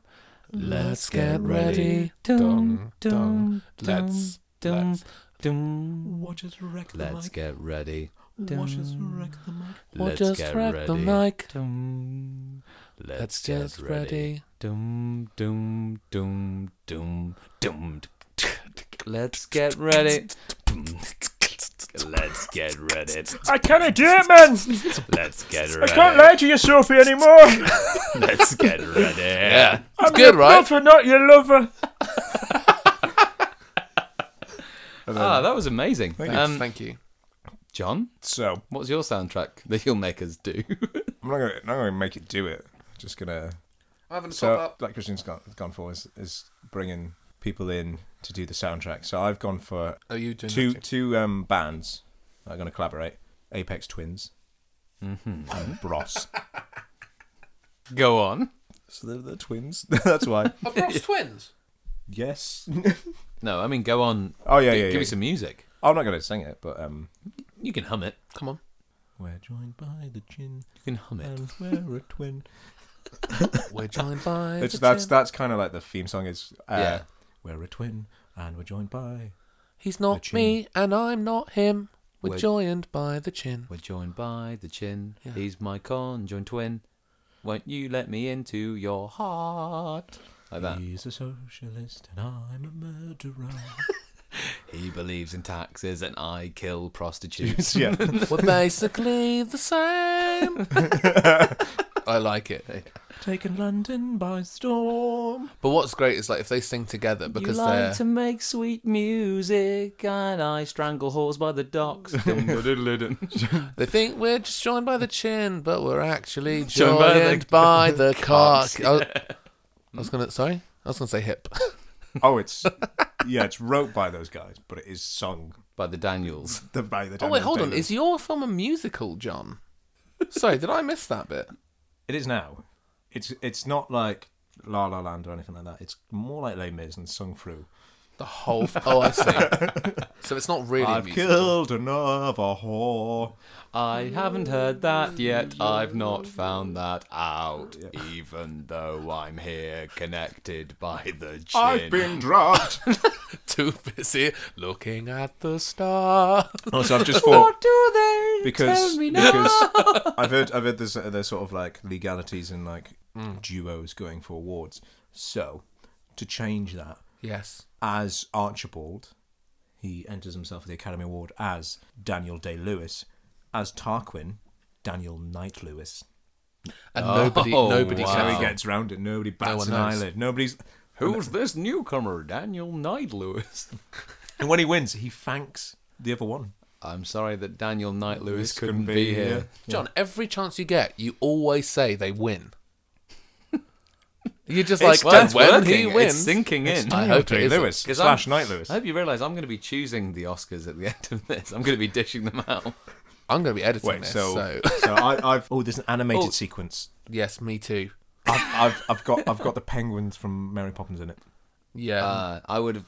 Let's get ready. Dun, dun. Let's. dun, Let's. dun. What has wrecked the Let's mic? get ready. What has wrecked the mic? Let's just get crack ready. the mic. Dum. Let's, Let's get just ready. ready. Dum dum dum dum dum. Let's get ready. Let's get ready. I can't do it, man. Let's get ready. to you, Sophie, anymore. Let's get ready. Yeah. It's good, right? not your lover. Ah, that was amazing. Um, Thank you. John, So what's your soundtrack that you'll make us do? I'm not gonna, I'm not gonna make it do it. I'm just gonna. I'm having a So top up. like Christian's gone, gone for is, is bringing people in to do the soundtrack. So I've gone for Are Oh, you doing two that too? two um, bands that are going to collaborate: Apex Twins and Bros. Go on. so they're the twins. That's why. Are Bros twins? yes. No, I mean go on. Oh yeah, yeah. Give yeah. me some music. I'm not going to sing it, but um. You can hum it. Come on. We're joined by the chin, You can hum it. and we're a twin. We're joined by. It's, the that's gym. that's kind of like the theme song is. Uh, Yeah. We're a twin, and we're joined by. He's the not chin. me, and I'm not him. We're We're- joined by the chin. We're joined by the chin. Yeah. He's my conjoined twin. Won't you let me into your heart? Like that. He's a socialist, and I'm a murderer. He believes in taxes and I kill prostitutes. yeah. We're basically the same. I like it. Taken London by storm. But what's great is like if they sing together because you like they're to make sweet music and I strangle whores by the docks. they think we're just joined by the chin, but we're actually joined, Joined by the- by the, cock. I, was, I was gonna sorry, I was gonna say hip. Oh, it's yeah, it's wrote by those guys, but it is sung by the Daniels. the, by the. oh wait, Daniels hold on. Davies. Is your film a musical, John? Sorry, did I miss that bit? it is now. It's it's not like La La Land or anything like that. It's more like Les Mis and sung through. The whole. F- oh, I see. So it's not really a I've musical. killed another whore. I haven't heard that yet. I've not found that out. Even though I'm here connected by the chin. I've been drugged. Too busy looking at the star. also, I've just thought do they because tell me now? because I've heard I've heard there's there's sort of like legalities and like duos going for awards. So to change that, Yes. as Archibald. He enters himself for the Academy Award as Daniel Day Lewis, as Tarquin, Daniel Knight Lewis. And nobody, Oh, nobody wow. So cares. he gets round it. Nobody bats one an knows. eyelid. Nobody's. Who's this newcomer, Daniel Knight Lewis? And when he wins, he thanks the other one. I'm sorry that Daniel Knight Lewis This couldn't can be be, here. John, every chance you get, you always say they win. You're just It's like, "Well, just when working, he it's wins, sinking in." I Daniel hope it Day isn't. Lewis 'Cause slash I'm- Knight Lewis. I hope you realise I'm going to be choosing the Oscars at the end of this. I'm going to be dishing them out. I'm going to be editing Wait, this. so So. so I, I've oh, there's an animated Oh. sequence. yes, me too. I've, I've I've got I've got the penguins from Mary Poppins in it. Yeah, Uh, I would have.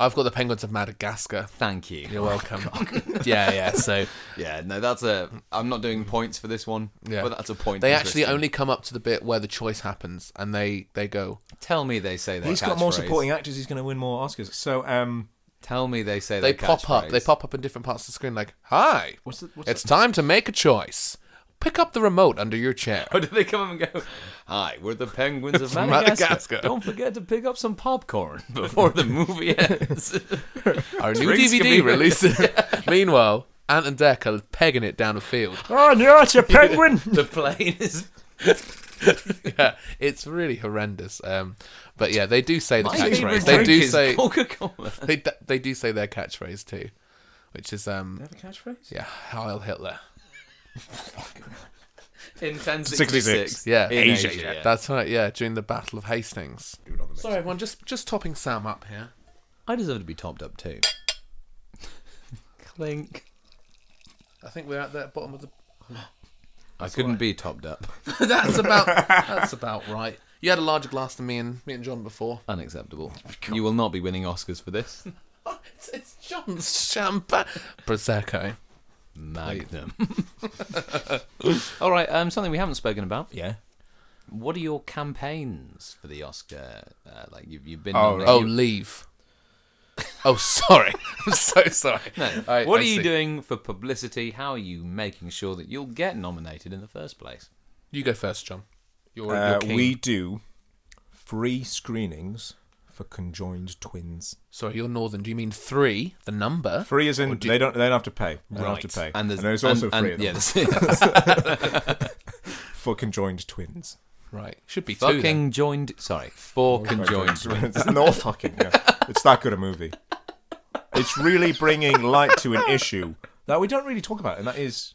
I've got the Penguins of Madagascar. Thank you. You're welcome. yeah, yeah. So Yeah, no, that's a. I'm not doing points for this one. Yeah. but that's a point. they for actually Christian. only come up to the bit where the choice happens, and they they go. tell me they say that. He's got more supporting actors. He's going to win more Oscars. So um, Tell me they say They their pop up. They catchphrase. pop up in different parts of the screen. Like, hi, what's the, what's it's time to make a choice. Pick up the remote under your chair. Or do they come up and go, Hi, we're the penguins of From Madagascar. Madagascar." Don't forget to pick up some popcorn before the movie ends. Our new Drinks can be- DVD releases. Meanwhile, Ant and Dec are pegging it down a field. oh no, it's a penguin. the plane is. yeah, it's really horrendous. Um, but yeah, they do say the My catchphrase. favourite They drink do is say Coca Cola. they, d- they do say their catchphrase too, which is um Have a catchphrase? yeah Heil Hitler. In 1066. 66. Yeah, In Asia. yeah. That's right. Yeah, during the Battle of Hastings. Sorry, everyone. Just just topping Sam up here. I deserve to be topped up too. Plink. I think we're at the bottom of the. I couldn't be topped up. that's about. That's about right. You had a larger glass than me and me and John before. Unacceptable. You will not be winning Oscars for this. It's, it's John's champagne prosecco. Magnum. All right, um, something we haven't spoken about. Yeah. What are your campaigns for the Oscar? Uh, like you've you've been. Oh, nominated- Oh, leave. Oh, sorry. I'm so sorry. I- what I are you see. doing for publicity? How are you making sure that you'll get nominated in the first place? You go first, John. You're, Uh, you're king. we do free screenings for conjoined twins. Sorry, you're northern. Do you mean three, the number? Free as in they don't they don't have to pay. They don't Right. have to pay. And there's, also and- free of and- yeah, them there's- for conjoined twins. Right. Should be two. then. fucking joined. Sorry, four conjoined. twins. no fucking. Yeah. It's that good a movie. It's really bringing light to an issue that we don't really talk about, and that is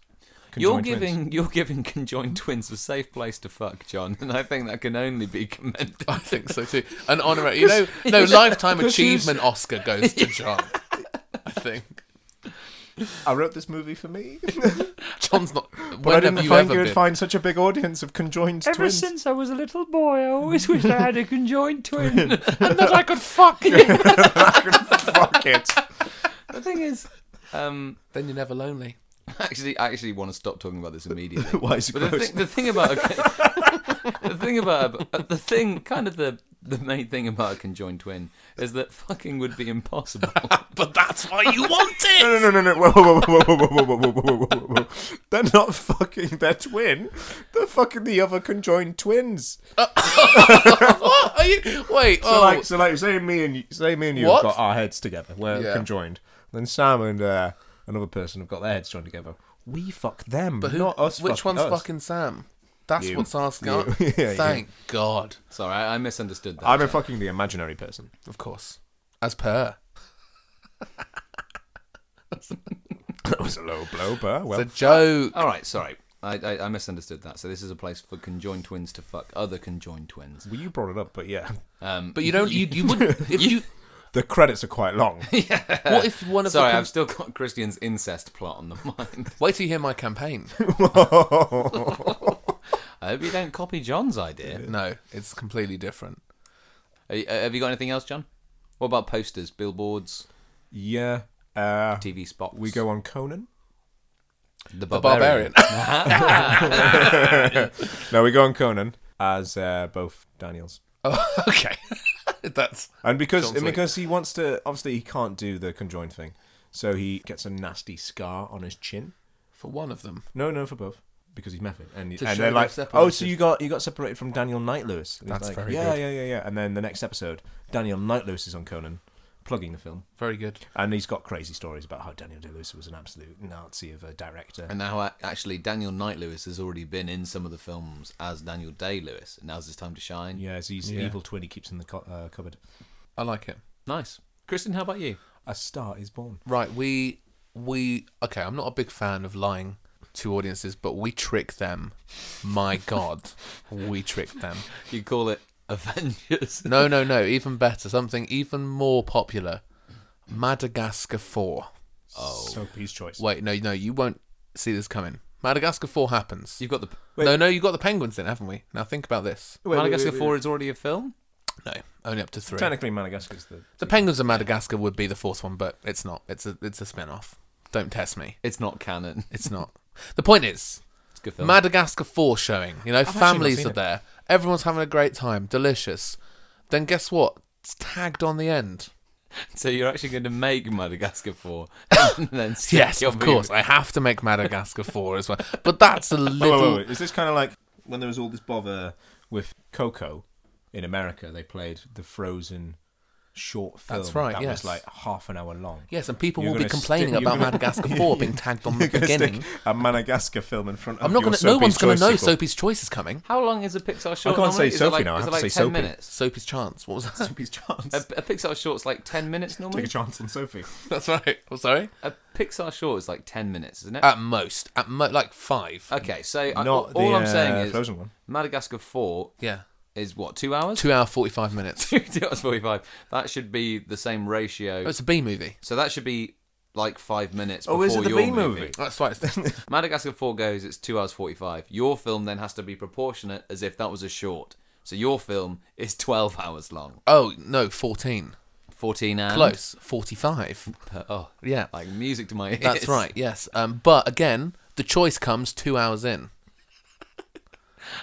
You're conjoined twins. giving you're giving conjoined twins a safe place to fuck, John, and I think that can only be commended. I think so too. An honorary, you know, no lifetime because he's- achievement Oscar goes to John. I think I wrote this movie for me, John's not. but I When have didn't you think ever you would been? find such a big audience of conjoined twins. I was a little boy, I always wished I had a conjoined twin. and that I could fuck Fuck it. the thing is, um, Then you're never lonely. actually, I actually want to stop talking about this immediately. Why is it But the gross? thing, the thing about a, the thing about a, the thing, kind of the the main thing about a conjoined twin is that fucking would be impossible. But that's why you want it. No, no, no, no, no. Whoa, whoa, whoa, whoa, whoa, whoa, whoa, whoa, whoa, whoa, whoa, whoa. They're not fucking their twin. They're fucking the other conjoined twins. what are you? Wait. So oh, like, so like, say me and you, say me and you What? have got our heads together. We're Yeah. conjoined. Then Sam and uh, another person have got their heads joined together. We fuck them, but who, not us. Which fucking one's us. fucking Sam? That's You. what's asking. You. Yeah, you. Thank God. Sorry, I, I misunderstood that. I'm a fucking the imaginary person. Of course, as per. That was a low blow, but well, It's a joke. All right, sorry. I, I, I misunderstood that. So this is a place for conjoined twins to fuck other conjoined twins. well, you brought it up, but yeah, Um, But you don't. You, you wouldn't. If you. the credits are quite long. What if one of sorry, the. I've still got Christian's incest plot on the mind. Wait till you hear my campaign. I hope you don't copy John's idea. No, it's completely different. Are you- uh, have you got anything else, John? What about posters, billboards, yeah, uh, TV spots? we go on Conan. the The barbarian. Barbarian. No, we go on Conan as uh, both Daniels. Oh, okay. That's And because Sounds and like- because he wants to, obviously he can't do the conjoined thing, so he gets a nasty scar on his chin. for one of them. No, no, for both because he's method. And, To and show they're they're like, oh, so separated." you got you got separated from Daniel Night Lewis. And he's That's like, very yeah, good. yeah, yeah, yeah. And then the next episode, Daniel Night Lewis is on Conan, plugging the film, Very good. and he's got crazy stories about how Daniel Day Lewis was an absolute Nazi of a director. And now, uh, actually, Daniel Knight Lewis has already been in some of the films as Daniel Day Lewis. and Now's his time to shine. yeah, so he's Yeah. evil twin he keeps in the cu- uh, cupboard. I like it. Nice. Kristen, how about you? A star is born. Right, we we okay, I'm not a big fan of lying to audiences, but we trick them. My god. we trick them. You call it Avengers. No, no, no, even better. Something even more popular. Madagascar 4. Oh, so his choice. Wait, no, no, you won't see this coming. Madagascar 4 happens. You've got the. no, no, you got the penguins in, haven't we? Now think about this. Wait, wait, Madagascar wait, wait. 4 is already a film? No, only up to 3. Technically, Madagascar's the The penguins of Madagascar would be the fourth one, but it's not. It's a it's a spin-off. Don't test me. It's not canon. It's not. The point is, It's a good film. Madagascar 4 showing. You know, actually not families seen are it. there. Everyone's having a great time. Delicious. Then guess what? It's tagged on the end. So you're actually going to make Madagascar 4 and then stick Yes, your of course. movie- I have to make Madagascar 4 as well. But that's a Wait, wait, little. wait, Is this kind of like when there was all this bother with Coco in America? They played the Frozen short film. That's right, That yes. was like half an hour long. Yes, and people You're will be gonna complaining stick- you're about gonna- Madagascar 4 being tagged on the You're gonna beginning. stick a Madagascar film in front of. I'm not your going to. No one's Soapy's going to Choice know sequel. Soapy's Choice is coming. How long is a Pixar short? I can't normally? Oh, say is it Sophie like, now, I Is have it like to 10 say Sophie. minutes? Soapy's Chance. What was that? Soapy's chance. A, a Pixar short's like 10 minutes Uh, Take normally? a chance on Sophie. That's right. I'm sorry. A Pixar short is like 10 minutes, isn't it? At most, at mo- like five. okay, so I, Uh, Not all the, I'm uh, saying is Frozen one. Madagascar 4 yeah, is what, two hours? two hour forty five minutes. Oh, Two hours 45. That should be the same ratio. It's a B movie. So that should be like five minutes Oh, before is it the your B movie? That's why it's Madagascar 4 goes, it's 2 hours 45. Your film then has to be proportionate as if that was a short. So your film is 12 hours long. Oh no, fourteen. 14 hours. Close. Forty-five. Oh, Yeah. like music to my ears. That's right, yes. Um, but again, the choice comes two hours in.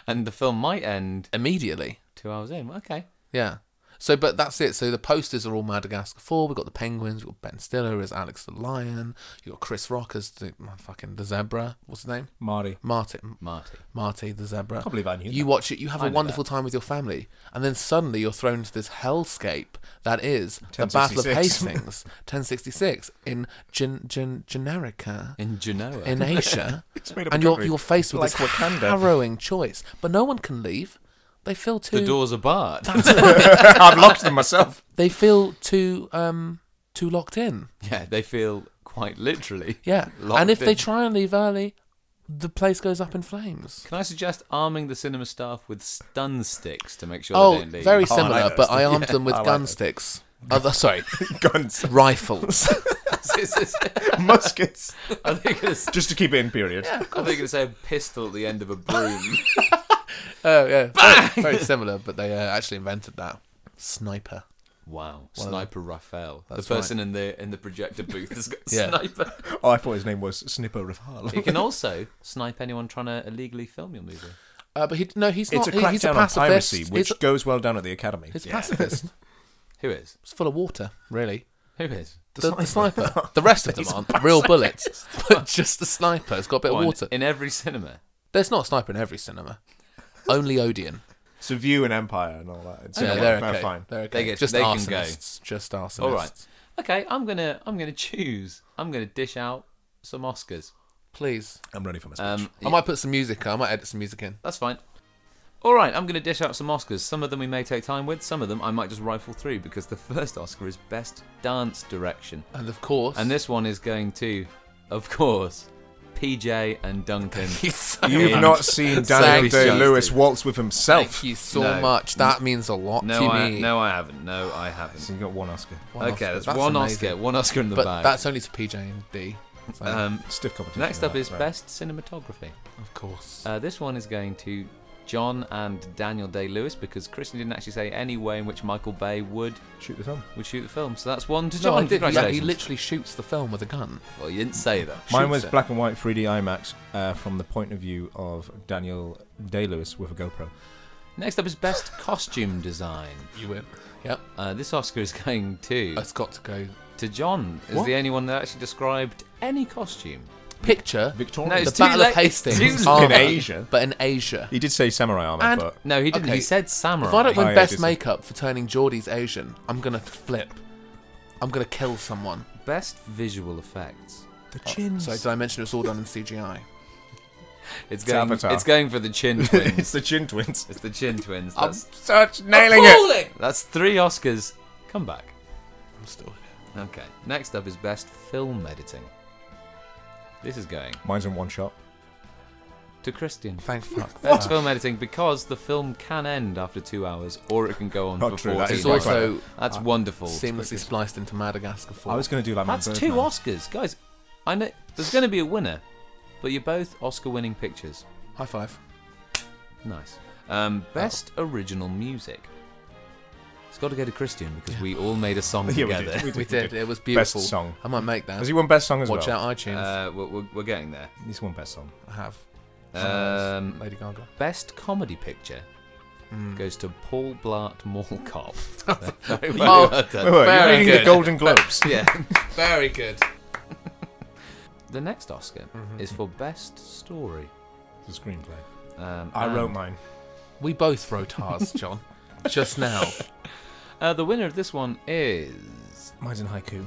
And the film might end Immediately. two hours in. Okay. Yeah. So but that's it. So the posters are all Madagascar four, we've got the penguins, we've got Ben Stiller as Alex the Lion, you've got Chris Rock as the fucking the zebra. What's his name? Marty. Martin Marty. Marty the zebra. Can't believe I knew You that. watch it, you have I a knew wonderful time with your family, and then suddenly you're thrown into this hellscape that is the 1066. Battle of Hastings, 1066, in Gen- Gen- Generica, In Genoa. in Asia, made up a and you're, country. you're faced with Like this Wakanda. harrowing choice. But no one can leave. They feel the too. doors are barred. I've locked them myself. They feel too um too locked in. yeah, they feel quite literally. Yeah, locked and if they in. try and leave early, the place goes up in flames. Can I suggest arming the cinema staff with stun sticks to make sure they Oh, don't leave? very Oh, I like similar, those. but I armed them with I like gun those. sticks. Other, sorry, Guns, rifles. This is- muskets, Are they going to just to keep it in period. say a pistol at the end of a broom? Oh yeah, very, very similar, but they uh, actually invented that sniper. Wow, sniper Raphael, the That's person in the in the projector booth has got a Yeah. sniper. Oh, I thought his name was Snipper Rafal. He can also snipe anyone trying to illegally film your movie. Uh, but he no, he's It's not. Oh, a he- he's a crackdown on pacifist. piracy, he's which a, goes well down at the Academy. he's a pacifist. Who is? It's full of water, really. Who is? The, the sniper. The rest of them aren't real bullets, but just the sniper. It's got a bit One of water. in every cinema. There's not a sniper in every cinema. Only Odeon. So View and Empire and all that. It's Yeah, okay. they're No, okay. fine. They're okay. They get- just they can go. arsonists. Just arsonists. All right. Okay, I'm gonna I'm gonna choose. I'm gonna dish out some Oscars. Please. I'm ready for my speech. Um, I might put some music. on. I might edit some music in. That's fine. All right, I'm going to dish out some Oscars. Some of them we may take time with, some of them I might just rifle through because the first Oscar is Best Dance Direction. And of course. And this one is going to, of course, PJ and Duncan. He's so You've Yeah. not seen Daniel Thank you. Day Lewis waltz with himself. Thank you so No. much. That means a lot to No, I, me. no, I haven't. No, I haven't. So you got one Oscar. One Okay, Oscar. that's, one amazing. Oscar. One Oscar in the But bag. that's only to PJ and D. So, um, Stiff competition. next up that, is right. Best Cinematography. of course. Uh, this one is going to John and Daniel Day Lewis because Kristen didn't actually say any way in which Michael Bay would Shoot the film. would shoot the film. So that's one to no, I John. did. He, Congratulations. he literally shoots the film with a gun. Well, you didn't say that. Mine Shoots was it. black and white 3D IMAX uh, from the point of view of Daniel Day Lewis with a GoPro. Next up is best costume design. You win. Yep. Uh, this Oscar is going to It's got to go. to John. Is What? the only one that actually described any costume. Picture Victorian. No, the it's too Battle late. of Hastings It's too armor, late. In Asia. but in Asia. He did say samurai armor, And- but No, he didn't. Okay. He said samurai. If I don't win Oh, yeah, best decent. makeup for turning Geordie's Asian, I'm gonna flip. I'm gonna kill someone. Best visual effects. the chins. So did I mention it's all done in Um, CGI? It's going. Avatar. It's going for the chin it's twins. the chin twins. it's the chin twins. I'm That's, such nailing Oh, it. that's three Oscars. Come back. I'm still here. Okay. Next up is best film editing. This is going Mine's in one shot. to Christian. Thank fuck. Best film editing because the film can end after two hours, or it can go on Not for true, that fourteen. It's is hours. quite also That's wonderful. seamlessly spliced into Madagascar 4. I was going to do like my That's two Oscars, guys. I know there's going to be a winner, but you're both Oscar-winning pictures. High five. Nice. Um, Oh. best original music. It's got to go to Christian because we all made a song Yeah, we together. did. We did. It was Best beautiful. song. I might make that. Has he won best song as Watch well? out, iTunes. Uh, we're, we're, we're getting there. He's won best song. I have. Um, Lady Gaga. Best comedy picture goes to Paul Blart Mall Cop. Very well Oh, done. Hmm. Wait, wait, you're Very reading good. the Golden Globes. Yeah. Very good. The next Oscar Mm-hmm. is for best story. the screenplay. Um, I and- wrote mine. We both wrote ours, John. Just now. Uh, the winner of this one is Mine's in haiku.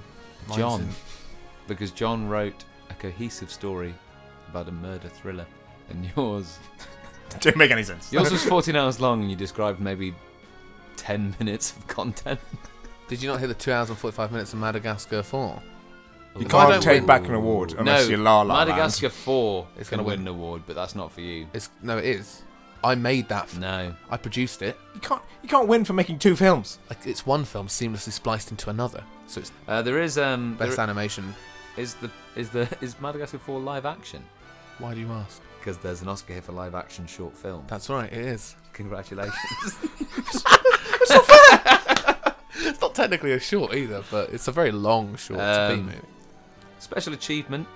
Mine's John, in- because John wrote a cohesive story about a murder thriller, and yours Didn't make any sense. yours was 14 hours long, and you described maybe 10 minutes of content. Did you not hear the two hours and forty-five minutes of Madagascar Four? You Ooh. Why can't don't take we- back an award unless no, you're La La Land. Madagascar 4 It's is gonna going to win win. an award, but that's not for you. It's no, it is. I made that. F- No, I produced it. You can't. You can't win for making two films. Like it's one film seamlessly spliced into another. So it's uh, there is um, best there, animation. is the is the is Madagascar 4 live action? Why do you ask? Because there's an Oscar here for live action short film. That's right, it is. Congratulations. It's not technically a short either, but it's a very long short. it's a Um, B movie. Special achievement.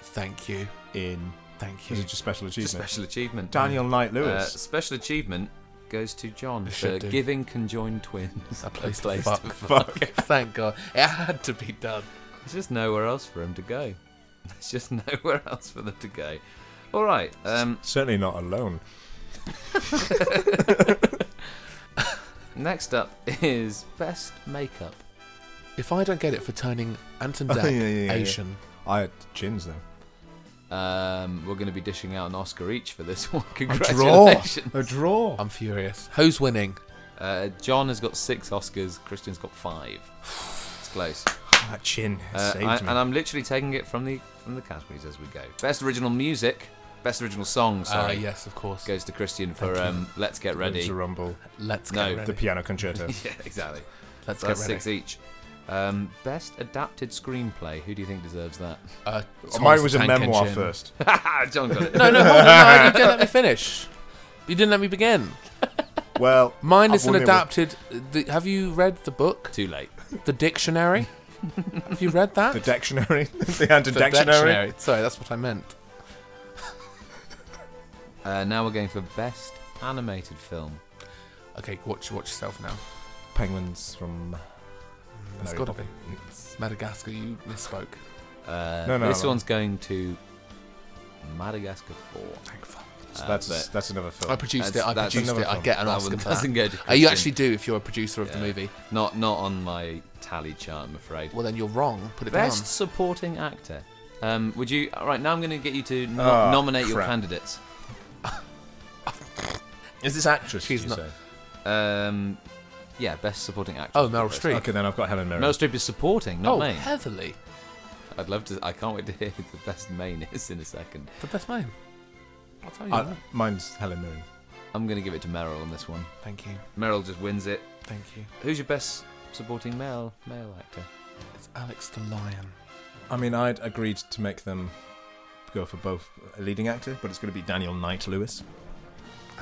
Thank you. In Thank is you. it just special Just achievement? special achievement. Daniel Knight Uh, Lewis. special achievement goes to John for should do. giving conjoined twins A place to to fuck. Thank God. It had to be done. There's just nowhere else for him to go. There's just nowhere else for them to go. All right. Um, Certainly not alone. next up is best makeup. If I don't get it for turning Anton Oh, Deck yeah, yeah, yeah, yeah. Asian, I had chins though. Um, we're going to be dishing out an Oscar each for this one. A draw. Congratulations. A draw. I'm furious. Who's winning? Uh, John has got six Oscars. Christian's got five. It's close. that chin it Uh, saved I- me. and I'm literally taking it from the from the categories as we go. Best original music, best original song. Ah, Sorry, yes, of course. goes to Christian for Thank you. um, "Let's Get Ready." Rosa Rumble. Let's No, get ready. The piano concerto. yeah, exactly. Let's So get that's ready. six each. Um, best adapted screenplay. Who do you think deserves that? Uh, Mine Thomas was a Tank memoir Engine. first. John got it. No, no, hold on. No, you didn't let me finish. You didn't let me begin. Well, Mine I've is an won it with- adapted. uh, The, have you read the book, Too late. the dictionary? have you read that? the dictionary. the anti The dictionary. Sorry, that's what I meant. Uh, now we're going for best animated film. Okay, watch watch yourself now. Penguins from. It's Mary gotta Poppins. Madagascar, you misspoke. Uh, No, no, this no. one's going to Madagascar 4. Thank fuck. Uh, That's but that's another film. I produced it. That's- I that's produced another it. I film. get an that Oscar. one for that. doesn't go to Uh, you Christian. actually do if you're a producer of the Yeah. movie. Not, not on my tally chart, I'm afraid. Well, then you're wrong. Put it Best supporting actor. Um, would you? All right, now I'm going to get you to no- Ah, nominate your crap. candidates. Is this actress? She's you not- say? Um, yeah, best supporting actor. Oh, Meryl Streep. Okay, then I've got Helen Mirren. Meryl Streep is supporting, down. not oh, main. heavily. I'd love to. I can't wait to hear who the best main is in a second. The best main. I'll tell you. I- that. Uh, mine's Helen Mirren. I'm going to give it to Meryl on this one. Thank you. Meryl just wins it. Thank you. Who's your best supporting male male actor? It's Alex the Lion. I mean, I'd agreed to make them go for both a leading actor, but it's going to be Daniel Knight Lewis.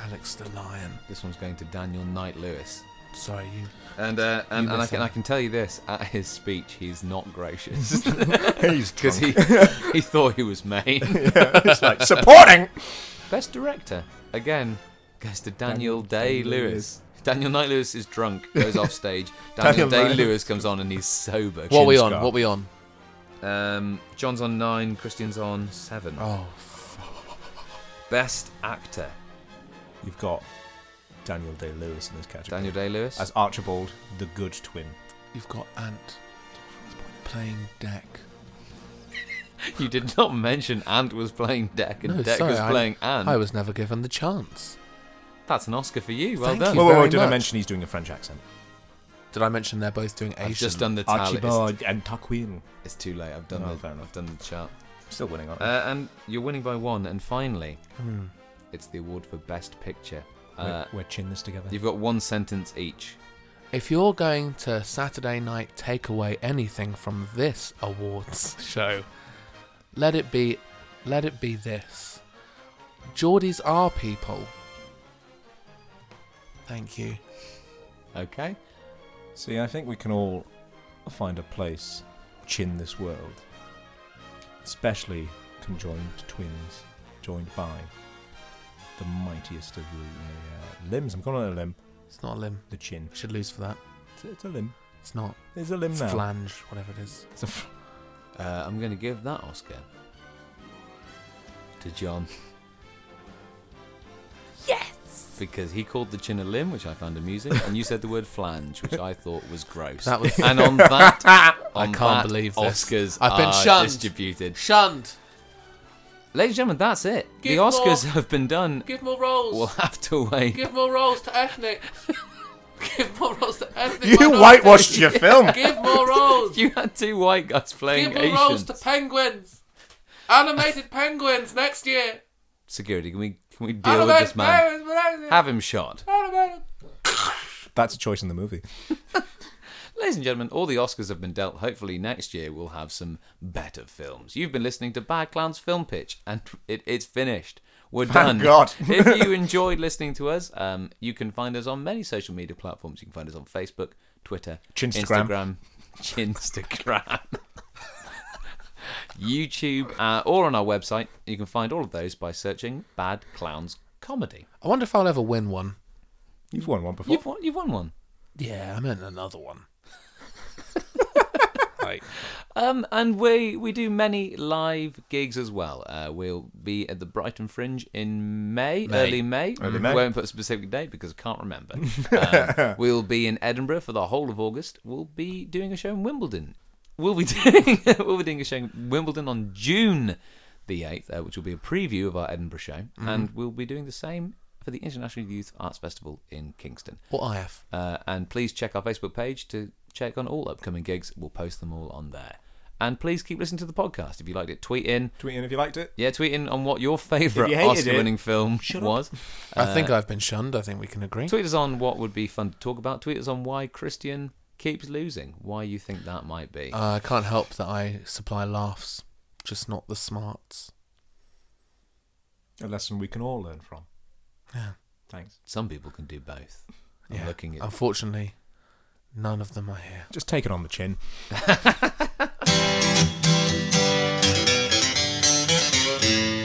Alex the Lion. This one's going to Daniel Knight Lewis. Sorry, you. And uh, and, You and I miss can him. I can tell you this at his speech he's not gracious He's because he he thought he was main. it's like supporting. Best director again goes to Daniel, Day Lewis. Daniel Knight Lewis is drunk, goes off stage. Daniel, Daniel Day Knight- Lewis comes on and he's sober. What we Chin on? scar. What we on? Um, John's on nine, Christian's on seven. Oh, Best actor You've got Daniel Day Lewis in this category Daniel Day Lewis. as Archibald, the good twin. you've got Ant playing Deck. You did not mention Ant was playing Deck and No, Deck sorry, was I- playing Ant. I was never given the chance. That's an Oscar for you. Well Thank done. you. Whoa, whoa, whoa! very Did I much. mention he's doing a French accent? Did I mention they're both doing Asian? I've just done the tally. It's, Archibald and Tarquin. it's too late. I've done No, the fair enough. I've done the chart. Still winning on it. Uh, and you're winning by one. And finally, Hmm. it's the award for best picture. we're, Uh, we're chin this together. you've got one sentence each. If you're going to Saturday night take away anything from this awards show, let it be let it be this. Geordies are people. Thank you. Okay. See, I think we can all find a place chin this world, especially conjoined twins, joined by the mightiest of the uh, limbs. I'm going on a limb, It's not a limb. the chin. We should lose for that. It's, it's a limb. It's not. There's a limb It's now. flange, whatever it is. It's a fl- Uh, I'm going to give that Oscar to John. Yes. Because he called the chin a limb, which I found amusing, and you said the word flange, which I thought was gross. That was- and on that, I on can't that, believe this. Oscars I've been are shunned. distributed. Shunned. Ladies and gentlemen, that's it. the Give more. Oscars have been done. Give more roles. We'll have to wait. Give more roles to ethnic. Give more roles to ethnic. you whitewashed your film. Give more roles. You had two white guys playing Asians. penguins. Animated penguins next year. Security, can we can we deal with this man? Have him shot. That's a choice in the movie. Ladies and gentlemen, all the Oscars have been dealt. Hopefully, next year we'll have some better films. You've been listening to Bad Clown's Film Pitch, and it, it's finished. We're done. God. if you enjoyed listening to us, um, you can find us on many social media platforms. You can find us on Facebook, Twitter, Chinstagram. Instagram, Chinstagram. YouTube, uh, or on our website. You can find all of those by searching Bad Clowns Comedy. I wonder if I'll ever win one. You've won one before. You've won, you've won one. Yeah, I meant another one. like, Um, and we we do many live gigs as well. Uh, we'll be at the Brighton Fringe in May, early May. Early May. Won't put a specific date because I can't remember. um, we'll be in Edinburgh for the whole of August. We'll be doing a show in Wimbledon. We'll be doing we'll be doing a show in Wimbledon on June the eighth, uh, which will be a preview of our Edinburgh show, Mm-hmm. and we'll be doing the same for the International Youth Arts Festival in Kingston. what IF? Uh, and please check our Facebook page to check on all upcoming gigs. We'll post them all on there. And please keep listening to the podcast. If you liked it, tweet in. Tweet in if you liked it. Yeah, tweet in on what your favourite If you hated it, Oscar winning film was. I think I've been shunned. I think we can agree. Tweet us on what would be fun to talk about. Tweet us on why Christian keeps losing, why you think that might be. Uh, I can't help that I supply laughs, just not the smarts. A lesson we can all learn from. Yeah. Thanks. Some people can do both. I'm Yeah. looking at Unfortunately, none of them are here. Just take it on the chin.